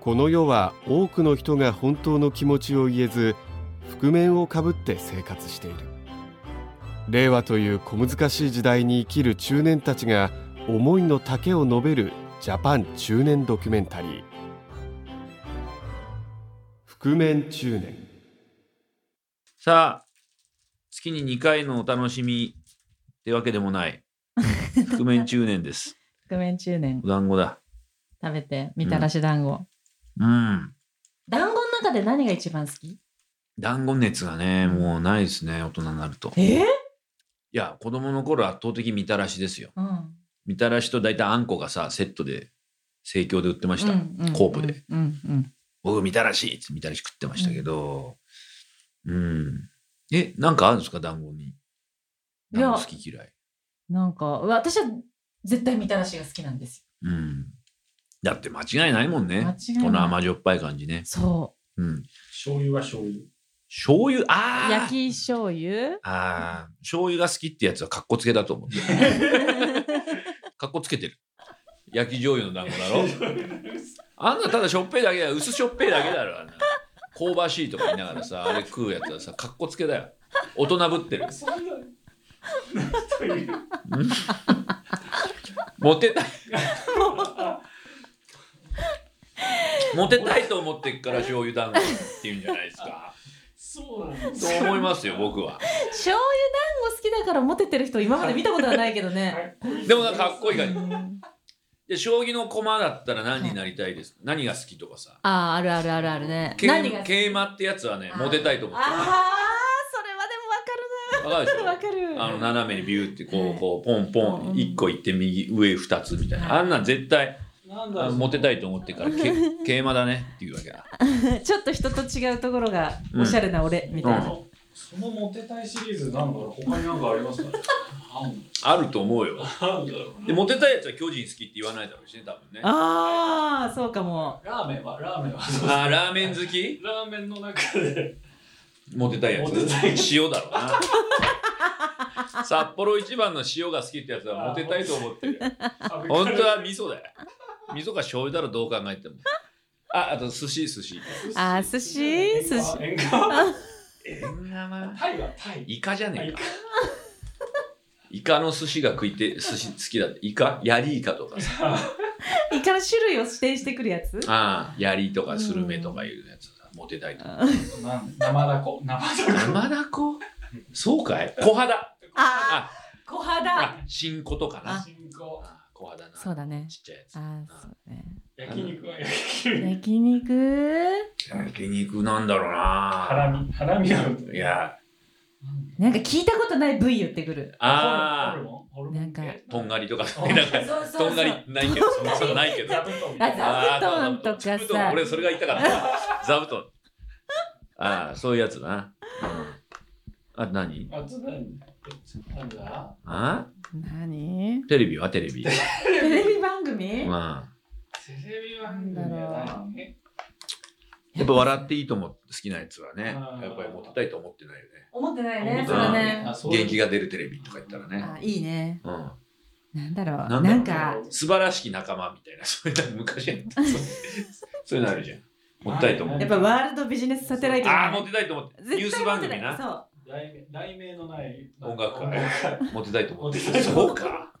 この世は多くの人が本当の気持ちを言えず覆面をかぶって生活している令和という小難しい時代に生きる中年たちが思いの丈を述べるジャパン中年ドキュメンタリー覆面中年さあ、月に2回のお楽しみってわけでもない、覆面中年です。覆面中年お団子だ。食べてみたらし団子、うん。団子の中で何が一番好き団子熱がね、もうないですね、大人になると。いえや、子供の頃圧倒的みたらしですよ。うん、うんみたらしと大体あんこがさ、セットで、盛況で売ってました。うんコープで。うんうん僕、みたらしってみたらし食ってましたけど、うん。え、なんかあるんですか、団子に。いや団子好き嫌い。なんかうわ私は絶対みたらしが好きなんですうん。だって間違いないもんよ間ね。違いこのない甘じょっぱい感じね。そうん。醤油は醤油。醤油うあ焼ーき醤油あー醤油が好きってやつはかっこつけだと思うかっこつけてる焼き醤油の団子だろあんなただしょっぺいだけだよ薄しょっぺいだけだろあんな香ばしいとか言いながらさあれ食うやつはさかっこつけだよ大人ぶってるそんな。という モテたいモテたいと思ってっから醤油団子っていうんじゃないですかそうなんです。そう思いますよ僕は醤油団子好きだからモテてる人今まで見たことはないけどね、 でもなんかかっこいい感じうんで将棋の駒だったら何になりたいです、何が好きとかさあああるあるあるあるね桂何が好き桂馬ってやつはねあーモテたいとあ思ってわあかるそでしれはでもわょかるなわかあるの斜めにビューってこはういこうポンポうンん1個行って右上2つみたいなはいあんなん絶対なんだあろう。モテたいと思ってっから け桂馬だねっていうわけだ ちょっと人と違うところがおしゃれな俺みたいな、うんそのモテたいシリーズなんだろう。他になんかありますか。あると思うよなんだろう。でモテたいやつは巨人好きって言わないだろうしね多分ねああそうかもラーメンはラーメンは。あーラーメン好きラーメンの中で。モテたいやつモテたいやつ塩だろう な札幌一番の塩が好きってやつはモテたいと思ってるよ本当は味噌だよ。味噌か醤油だろどう考えても。あ、あと寿司寿司。あ寿司寿司塩化。タイはタイ。イカじゃねえか。イカの寿司が食いて寿司好きだって。イカヤリイカとかさ。イカの種類を指定してくるやつああ、ヤリとかスルメとかいうやつだ。モテたいと。なん生だこ生だこ。山田子そうかい小肌。ああ、小肌あ新子とかな。進行。あ小肌な。そうだねちっちゃいやつ。あそうね焼肉は焼肉。焼肉焼肉なんだろうハな。ラミハラミが。いや、なんか聞いたことない部位言ってくるああ、ホルモン。なんかとんがりとか。あなんかそうとんがりないけど、そんなのないけど。あ座布団とかさあー座布団俺それが言いたかった。座布団。ああ、そういうやつだな。うん、あ、何あと何なんだあ何 テレビはテレビ。テレビ番組まあ、テレビ番組は何やっぱ笑っていいと思う好きなやつはね、あーやっぱりモテたいと思ってないよね。思ってないねてそないれねあそう元気が出るテレビとか言ったらね。あいいねうん、なんだろうだろうなんか素晴らしき仲間みたいな、そういうの昔やった。そうそういうのあるじゃん。モテたいと思っ。やってぱワールドビジネスサテライトああ、モテたいと思って。ニュー絶ス対モ番テな組いな。そう題名題名のない音楽会音会モテたいと思ってモテたいとそうか。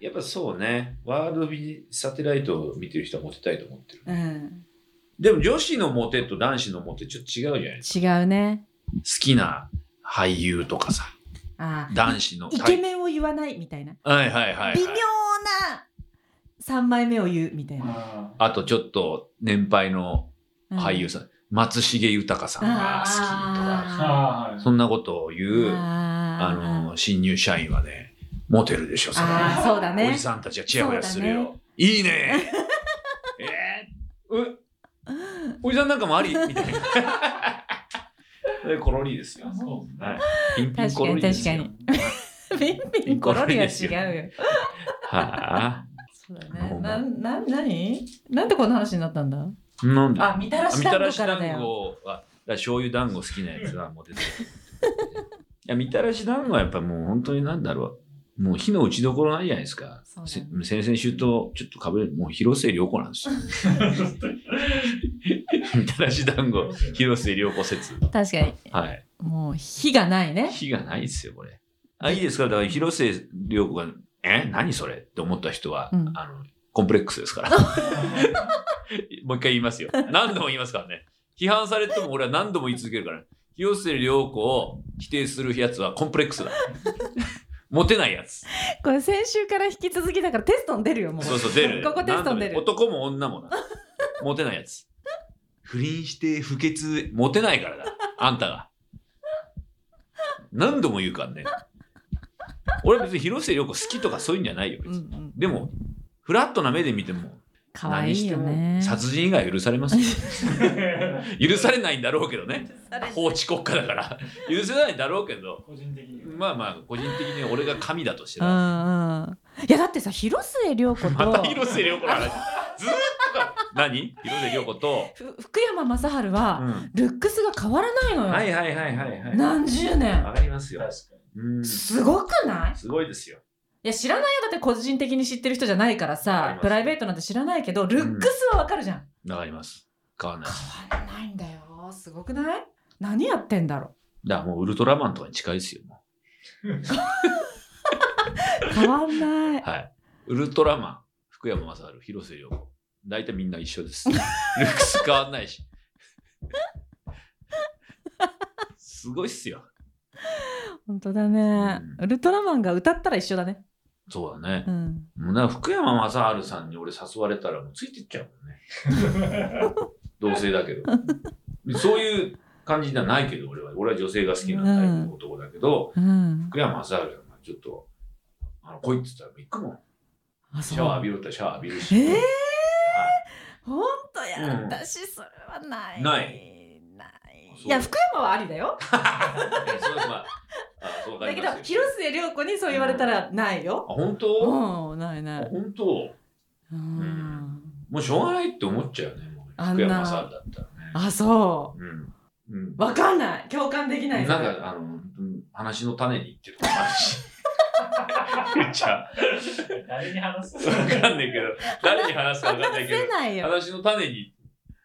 やっぱそうね。ワールドビジネスサテライトを見てる人はモテたいと思ってる。うんでも女子のモテと男子のモテちょっと違うじゃないですか。違うね好きな俳優とかさ、あー男子の。イケメンを言わないみたいなはいはいはい、はい微妙な3枚目を言うみたいな、ああとちょっと年配のうん俳優さん、松重豊さんが好きとか、ーああーそんなことをー言う、ああの、新入社員はね、モテるでしょ、それあーそうだおねじさんたちがチヤホヤするよ。そうだねいい ね。えー、うおじさんなんかも ありみたいな。でコロリですよ。そはい。ピンピンコロリですよ。 確ピンピンコロリは違うよはあ。そうだねなな何なんでこの話になっったんだなんだ。あみたらあしみた団ら子しから団だよ子は、だから醤油団子好きなやつはモテてる。いやみたらし団子はやっぱもう本当になんだろうもう火の打ちどころないじゃないですか。そうだせね先々週とちょっとかぶれる、もう広末涼子なんですよ。 みたらし団子、広末涼子説。確かに。はい。もう、火がないね。火がないですよ、これ。あ、いいですかだから広末涼子が、え何それって思った人は、うんあの、コンプレックスですから。 もう一回言いますよ。何度も言いますからね。批判されても俺は何度も言い続けるから。清瀬良子を否定するやつはコンプレックスだ。モテないやつ。これ先週から引き続きだからテストに出るよ、もう。そうそう、出る。ここテストに出る何度も男も女もな。モテないやつ。不倫して不潔、モテないからだ。あんたが。何度も言うからね。俺は別に広瀬良子好きとかそういうんじゃないよ。別うんうにん。でも、フラットな目で見ても、かわい何しいてよもね。殺人以外許されますよ。許されないんだろうけどね法治国家だから許せないんだろうけど個人的にはまあまあ個人的に俺が神だとしてうらんうん。いや、だってさ、広末涼子と、また広末涼子の話ずーっとか何広末涼子と、ふ福山雅治うは、ん、ルックスが変わらないのよ。はいはいはいはいはい何十年わ。かりますよ 確かうんすすごくないごいですよいや、知らないよ。だって個人的に知ってる人じゃないからわかりさま、すプライベートなんて知らないけど、ルックスはわかるじゃん。わかります変わんない変わらないんだよ。すごくない何やってんだろだからもうウルトラマンとかに近いですよも。う。変わんないうはいウルトラマン福山雅治広末涼子大体みんな一緒です ルックス変わんないしすごいっすよ本当だね。うウルトラマンが歌ったら一緒だね。そうだねう。ん。もうな福山雅治さんに俺誘われたらもうついてっちゃうもんね。 同性だけど。そういう感じじゃないけど俺は。俺は女性が好きなタイプの男だけど、うん。福山雅治はちょっと、あの、来いって言ったらもう行くもん。あ、シャワー浴う。びろってシャワー浴びるし。ええはい本当や、うん私それはない。。ないない。そういや、福山はありだよ。えそうまあ、あそうわかだりけますど、広末涼子にそう言われたらないあ、よ。本う当ん、ないあない。本当うん。もうしょうがないって思っちゃうね。もうあんな福山雅治だったらね。あ、そうん。うんう。。わかんない。共感できない。なんか、あの、うん話の種に言ってることもある し。言っちゃに誰に話すう。わかんないけど、誰に話すかわかんない話けせど、ないよ。話の種に。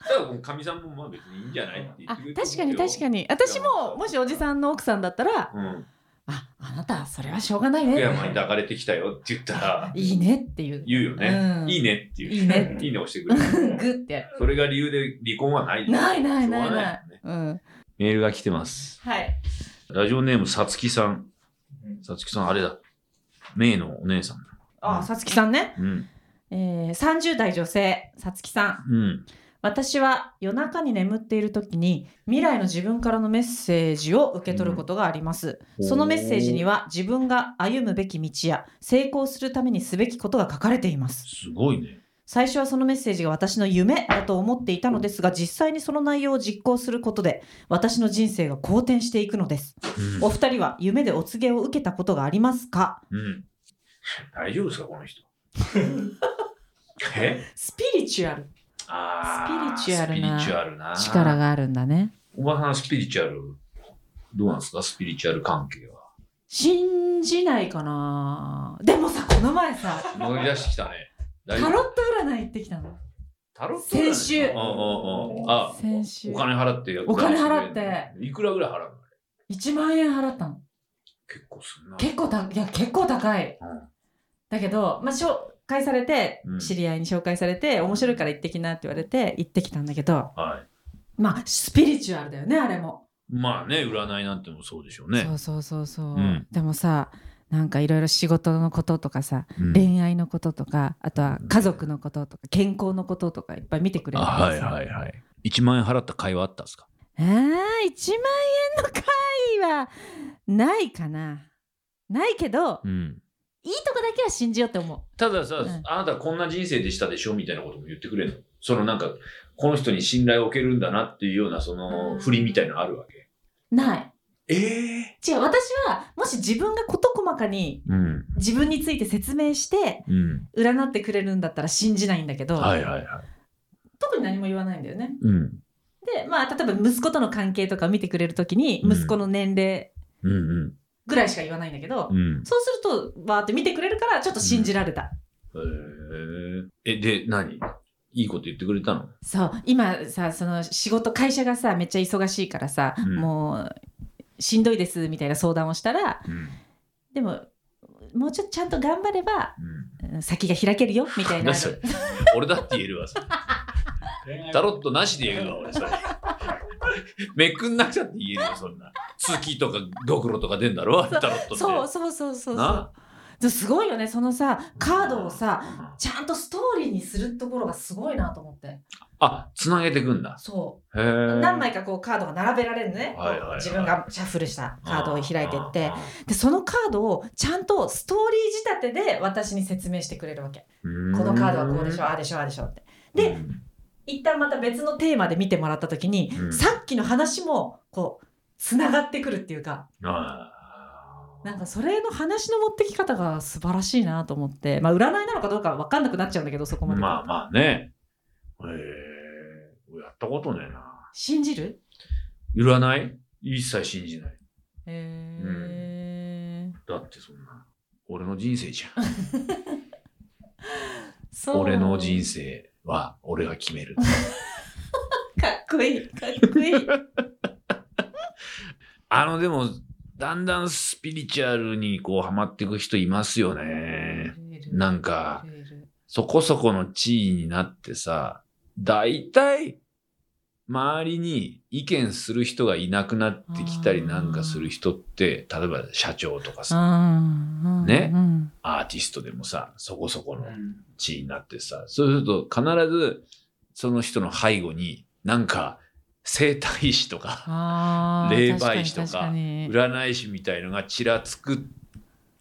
ただ、このかみさんもまあ別にいいんじゃないって言あってくれ、確かに確かに。に。私も、もしおじさんの奥さんだったら、うん。あ、あなた、それはしょうがない福ね。山に抱かれてきたよって言ったら、 いいねっていう。言うよねう。んいいねっていう。いいねいいね押してくれる。 グってやる。それが理由で離婚はない。ないないしょうながいよない。ねうん。メールが来てます。はい。ラジオネームさつきさん。さつきさん、あれだ。メイのお姉さん。あ、さつきさんね。うん。えー、30代女性、さつきさん。うん。私は夜中に眠っている時に未来の自分からのメッセージを受け取ることがあります、うんそのメッセージには自分が歩むべき道や成功するためにすべきことが書かれていますすごいね。最初はそのメッセージが私の夢だと思っていたのですが実際にその内容を実行することで私の人生が好転していくのですうんお二人は夢でお告げを受けたことがありますかうん。大丈夫ですか、この 人。えスピリチュアルあースピリチュアルなスピリチュアルな。力。があるんだねおばさん、スピリチュアル、どうなんですか、スピリチュアル関係は。信じないかなでもさこの前さ乗り出してきたね。大丈タ夫ロット占い行ってきたのタロット先週うんうんうん。あ、先週お金払って。お金払って。いくらぐらい払うの1万円払ったの結構すんな。結構たいや結構高いだけど、まあ、紹介されてうん知り合いに紹介されて、面白いから行ってきなって言われて行ってきたんだけどうんはい。まあスピリチュアルだよねあれも、まあね、占いなんてもそうでしょうねそ。うそうそうそう、うんでもさなんかいろいろ仕事のこととかさ、うん恋愛のこととかあとは家族のこととか健康のこととかいっぱい見てくれあるからはいさはいはい。1万円払った会話あったんですかあー1万円の会はないかなないけどうん。いいとこだけは信じようって思うたださ、うんあなたこんな人生でしたでしょみたいなことも言ってくれるのそのなんか、この人に信頼を受けるんだなっていうような、その、振りみたいなのあるわけ。ないええ違う私はもし自分が事細かにうん。自分について説明してうん。占ってくれるんだったら信じないんだけど、はいはいはい。特に何も言わないんだよねうん。でまあ例えば息子との関係とか見てくれる時にうん息子の年齢うんうん。ぐらいしか言わないんだけど、うん。そうすると、わーって見てくれるから、ちょっと信じられた。へえ。え、で、何いいこと言ってくれたのそう今さその仕事会社がさめっちゃ忙しいからさ、うんもうしんどいですみたいな相談をしたらうん。でももうちょっとちゃんと頑張ればうん。うん先が開けるよみたいな何それ俺だって言えるわ、それタロットなしで言えるわ、俺、それ。めくんなくちゃって言えるよ、そんな。月とかドクロとか出んだろ、タロットって。そうそうそうそうそうなですごいよねそのさカードをさちゃんとストーリーにするところがすごいなと思ってあ、つなげてくんだ。そへう、え。何枚かこうカードが並べられるのね、はいはいはい自分がシャッフルしたカードを開いてっあてー。でそのカードをちゃんとストーリー仕立てで私に説明してくれるわけこのカードはこうでしょああでしょああでしょってでうん一旦また別のテーマで見てもらった時に、うんさっきの話もこうつながってくるっていうかあなんかそれの話の持ってき方が素晴らしいなと思ってまあ占いなのかどうか分かんなくなっちゃうんだけどそこーまで、まあまあね。へえ。やったことねえな。信じる占い一切信じない。えーだってそんな。俺の人生じ ゃん。そう俺の人生は俺が決める。かっこいいかっこいいあの、でも、だんだんスピリチュアルにこう、ハマっていく人いますよね。なんかルールそこそこの地位になってさ、大体、周りに意見する人がいなくなってきたりなんかする人って、例えば社長とかさ、うんうんねうんアーティストでもさ、そこそこの地位になってさ、そうすると必ずその人の背後になんか整体師とか、あー霊媒師とか確に確に占い師みたいのがちらつく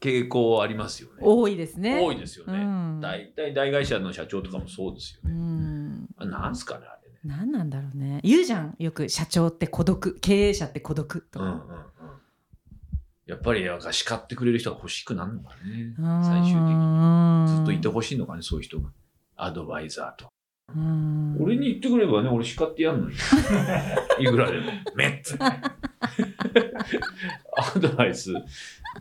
傾向ありますよね。多いですね多いいですよね。大体大会社の社長とかもそうですうよね。んあなんすかね、あれね。何なんだろうね言うじゃんよく社長って孤独経営者って孤独とうんうんか、うん。やっぱりなんか叱ってくれる人が欲しくなるのかね。うん最終的に。ずっといてこ、ほしいのかね、そういう人が。アドバイザーと。うん俺に言ってくればね、俺叱ってやん のに。いくらでも。めっつって。アドバイス、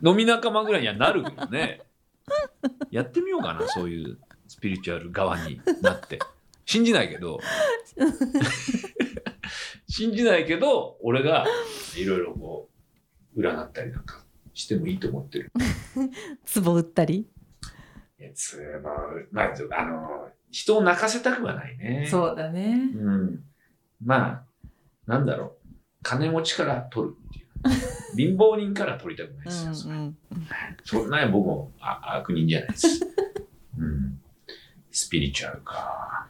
飲み仲間ぐらいにはなるけどね。やってみようかな、そういうスピリチュアル側にな って。信じないけど、信じないけど、俺がいろいろこう、占ったりなんかしてもいいと思ってる。壺打ったり、いやつまあ、まあ、あの、人を泣かせたくはないね。そうだねうんまあ、なんだろう。金持ちから取るっていう。貧乏人から取りたくないですよ。そうんれうんそんなに僕もあ悪人じゃないです。 うん。スピリチュアルか。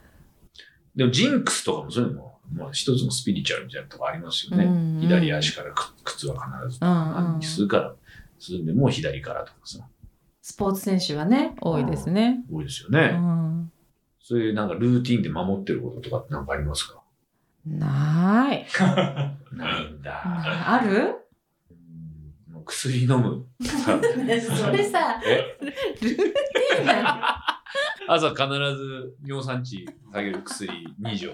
でも、ジンクスとかもそういうのも、もう一つのスピリチュアルみたいなとこありますよね。うんうん左足からく靴は必ずとか、うんうん何にするから、するんでもう左からとかさ、スポーツ選手はね多いですね、多いですよね。うんそういうなんかルーティンで守ってることとかって何かありますかない ないんだ。あるうんもう薬飲む。それさえルーティンな朝必ず尿酸値下げる薬2錠。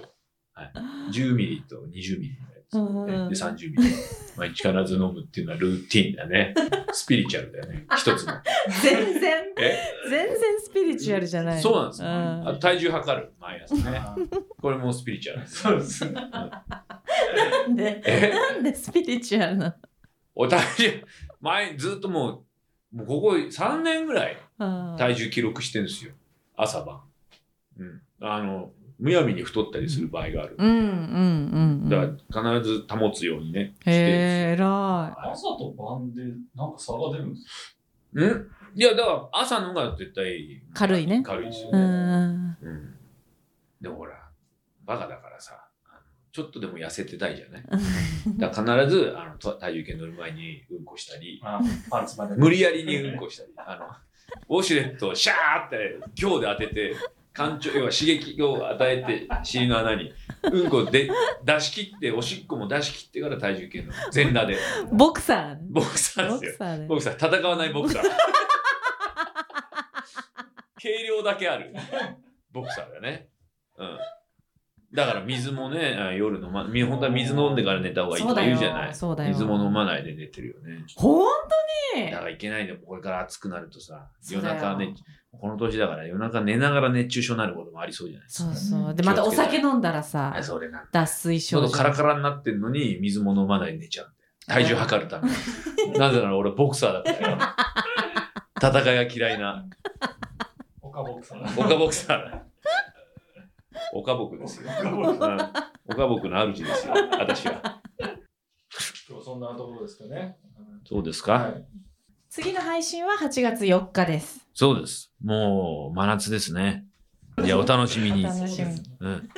はい、10ミリと20ミリのやつ。で、30ミリ。毎日必ず飲むっていうのはルーティンだ ね。スピリチュアルだよね。一つの。の全然え全然スピリチュアルじゃないそうなんですよんあと体重測る。毎朝ね。あこれもスピリチュアルでーす。そうですね。なんでえなんでスピリチュアルなお体重、前ずっともう、もうここ3年ぐらいの体重記録してるんですよ。朝晩。うん。あの、むやみに太ったりする場合がある。うんうんうんうんだから必ず保つようにね、してるんですよへえ偉朝と晩でなんか差が出るんですうんいや、だから朝の方が絶対軽いね軽いですよい。うね。ん。うん。でもほら、バカだからさ、あのちょっとでも痩せてたいじゃないだから必ずあのと体重計乗る前にうんこしたり、か。パンツまで。無理やりにうんこしたり、あの、ウォシュレットをシャーって強で当てて、干潮、要は刺激を与えて尻の穴に、うんこで出し切って、おしっこも出し切ってから体重計の全裸で、ボクサー。ボクサーボですよク。サーでボ。クサー戦わないボクサー 軽量だけあるボクサーだねうんだから水もね、あ夜飲ま、み本当は水飲んでから寝た方がいいそとうかだ言うじゃなよ。い。そうだよ。水も飲まないで寝てるよね。本当だにからいけないで、これから暑くなるとさ、そう夜だよ中ね、この年だから夜中寝ながら熱中症になることもありそうじゃないですか。そうそう。気をつけで、てまたお酒飲んだらさあ、それなんだ。脱水ちょ症うど状。カラカラになってんのに、水も飲まないで寝ちゃうんだよ。体重測るために。なぜなら俺ボクサーだ からよ。戦いが嫌いな。岡本さん。岡ボクサーだ。岡僕ですよ。岡う本ん岡僕の主ですよ。私は。今日そんなところですかね。そうですうんか、はい。次の配信は8月4日です。そうです。もう、真夏ですね。いや、お楽しみに。お楽しみにうん。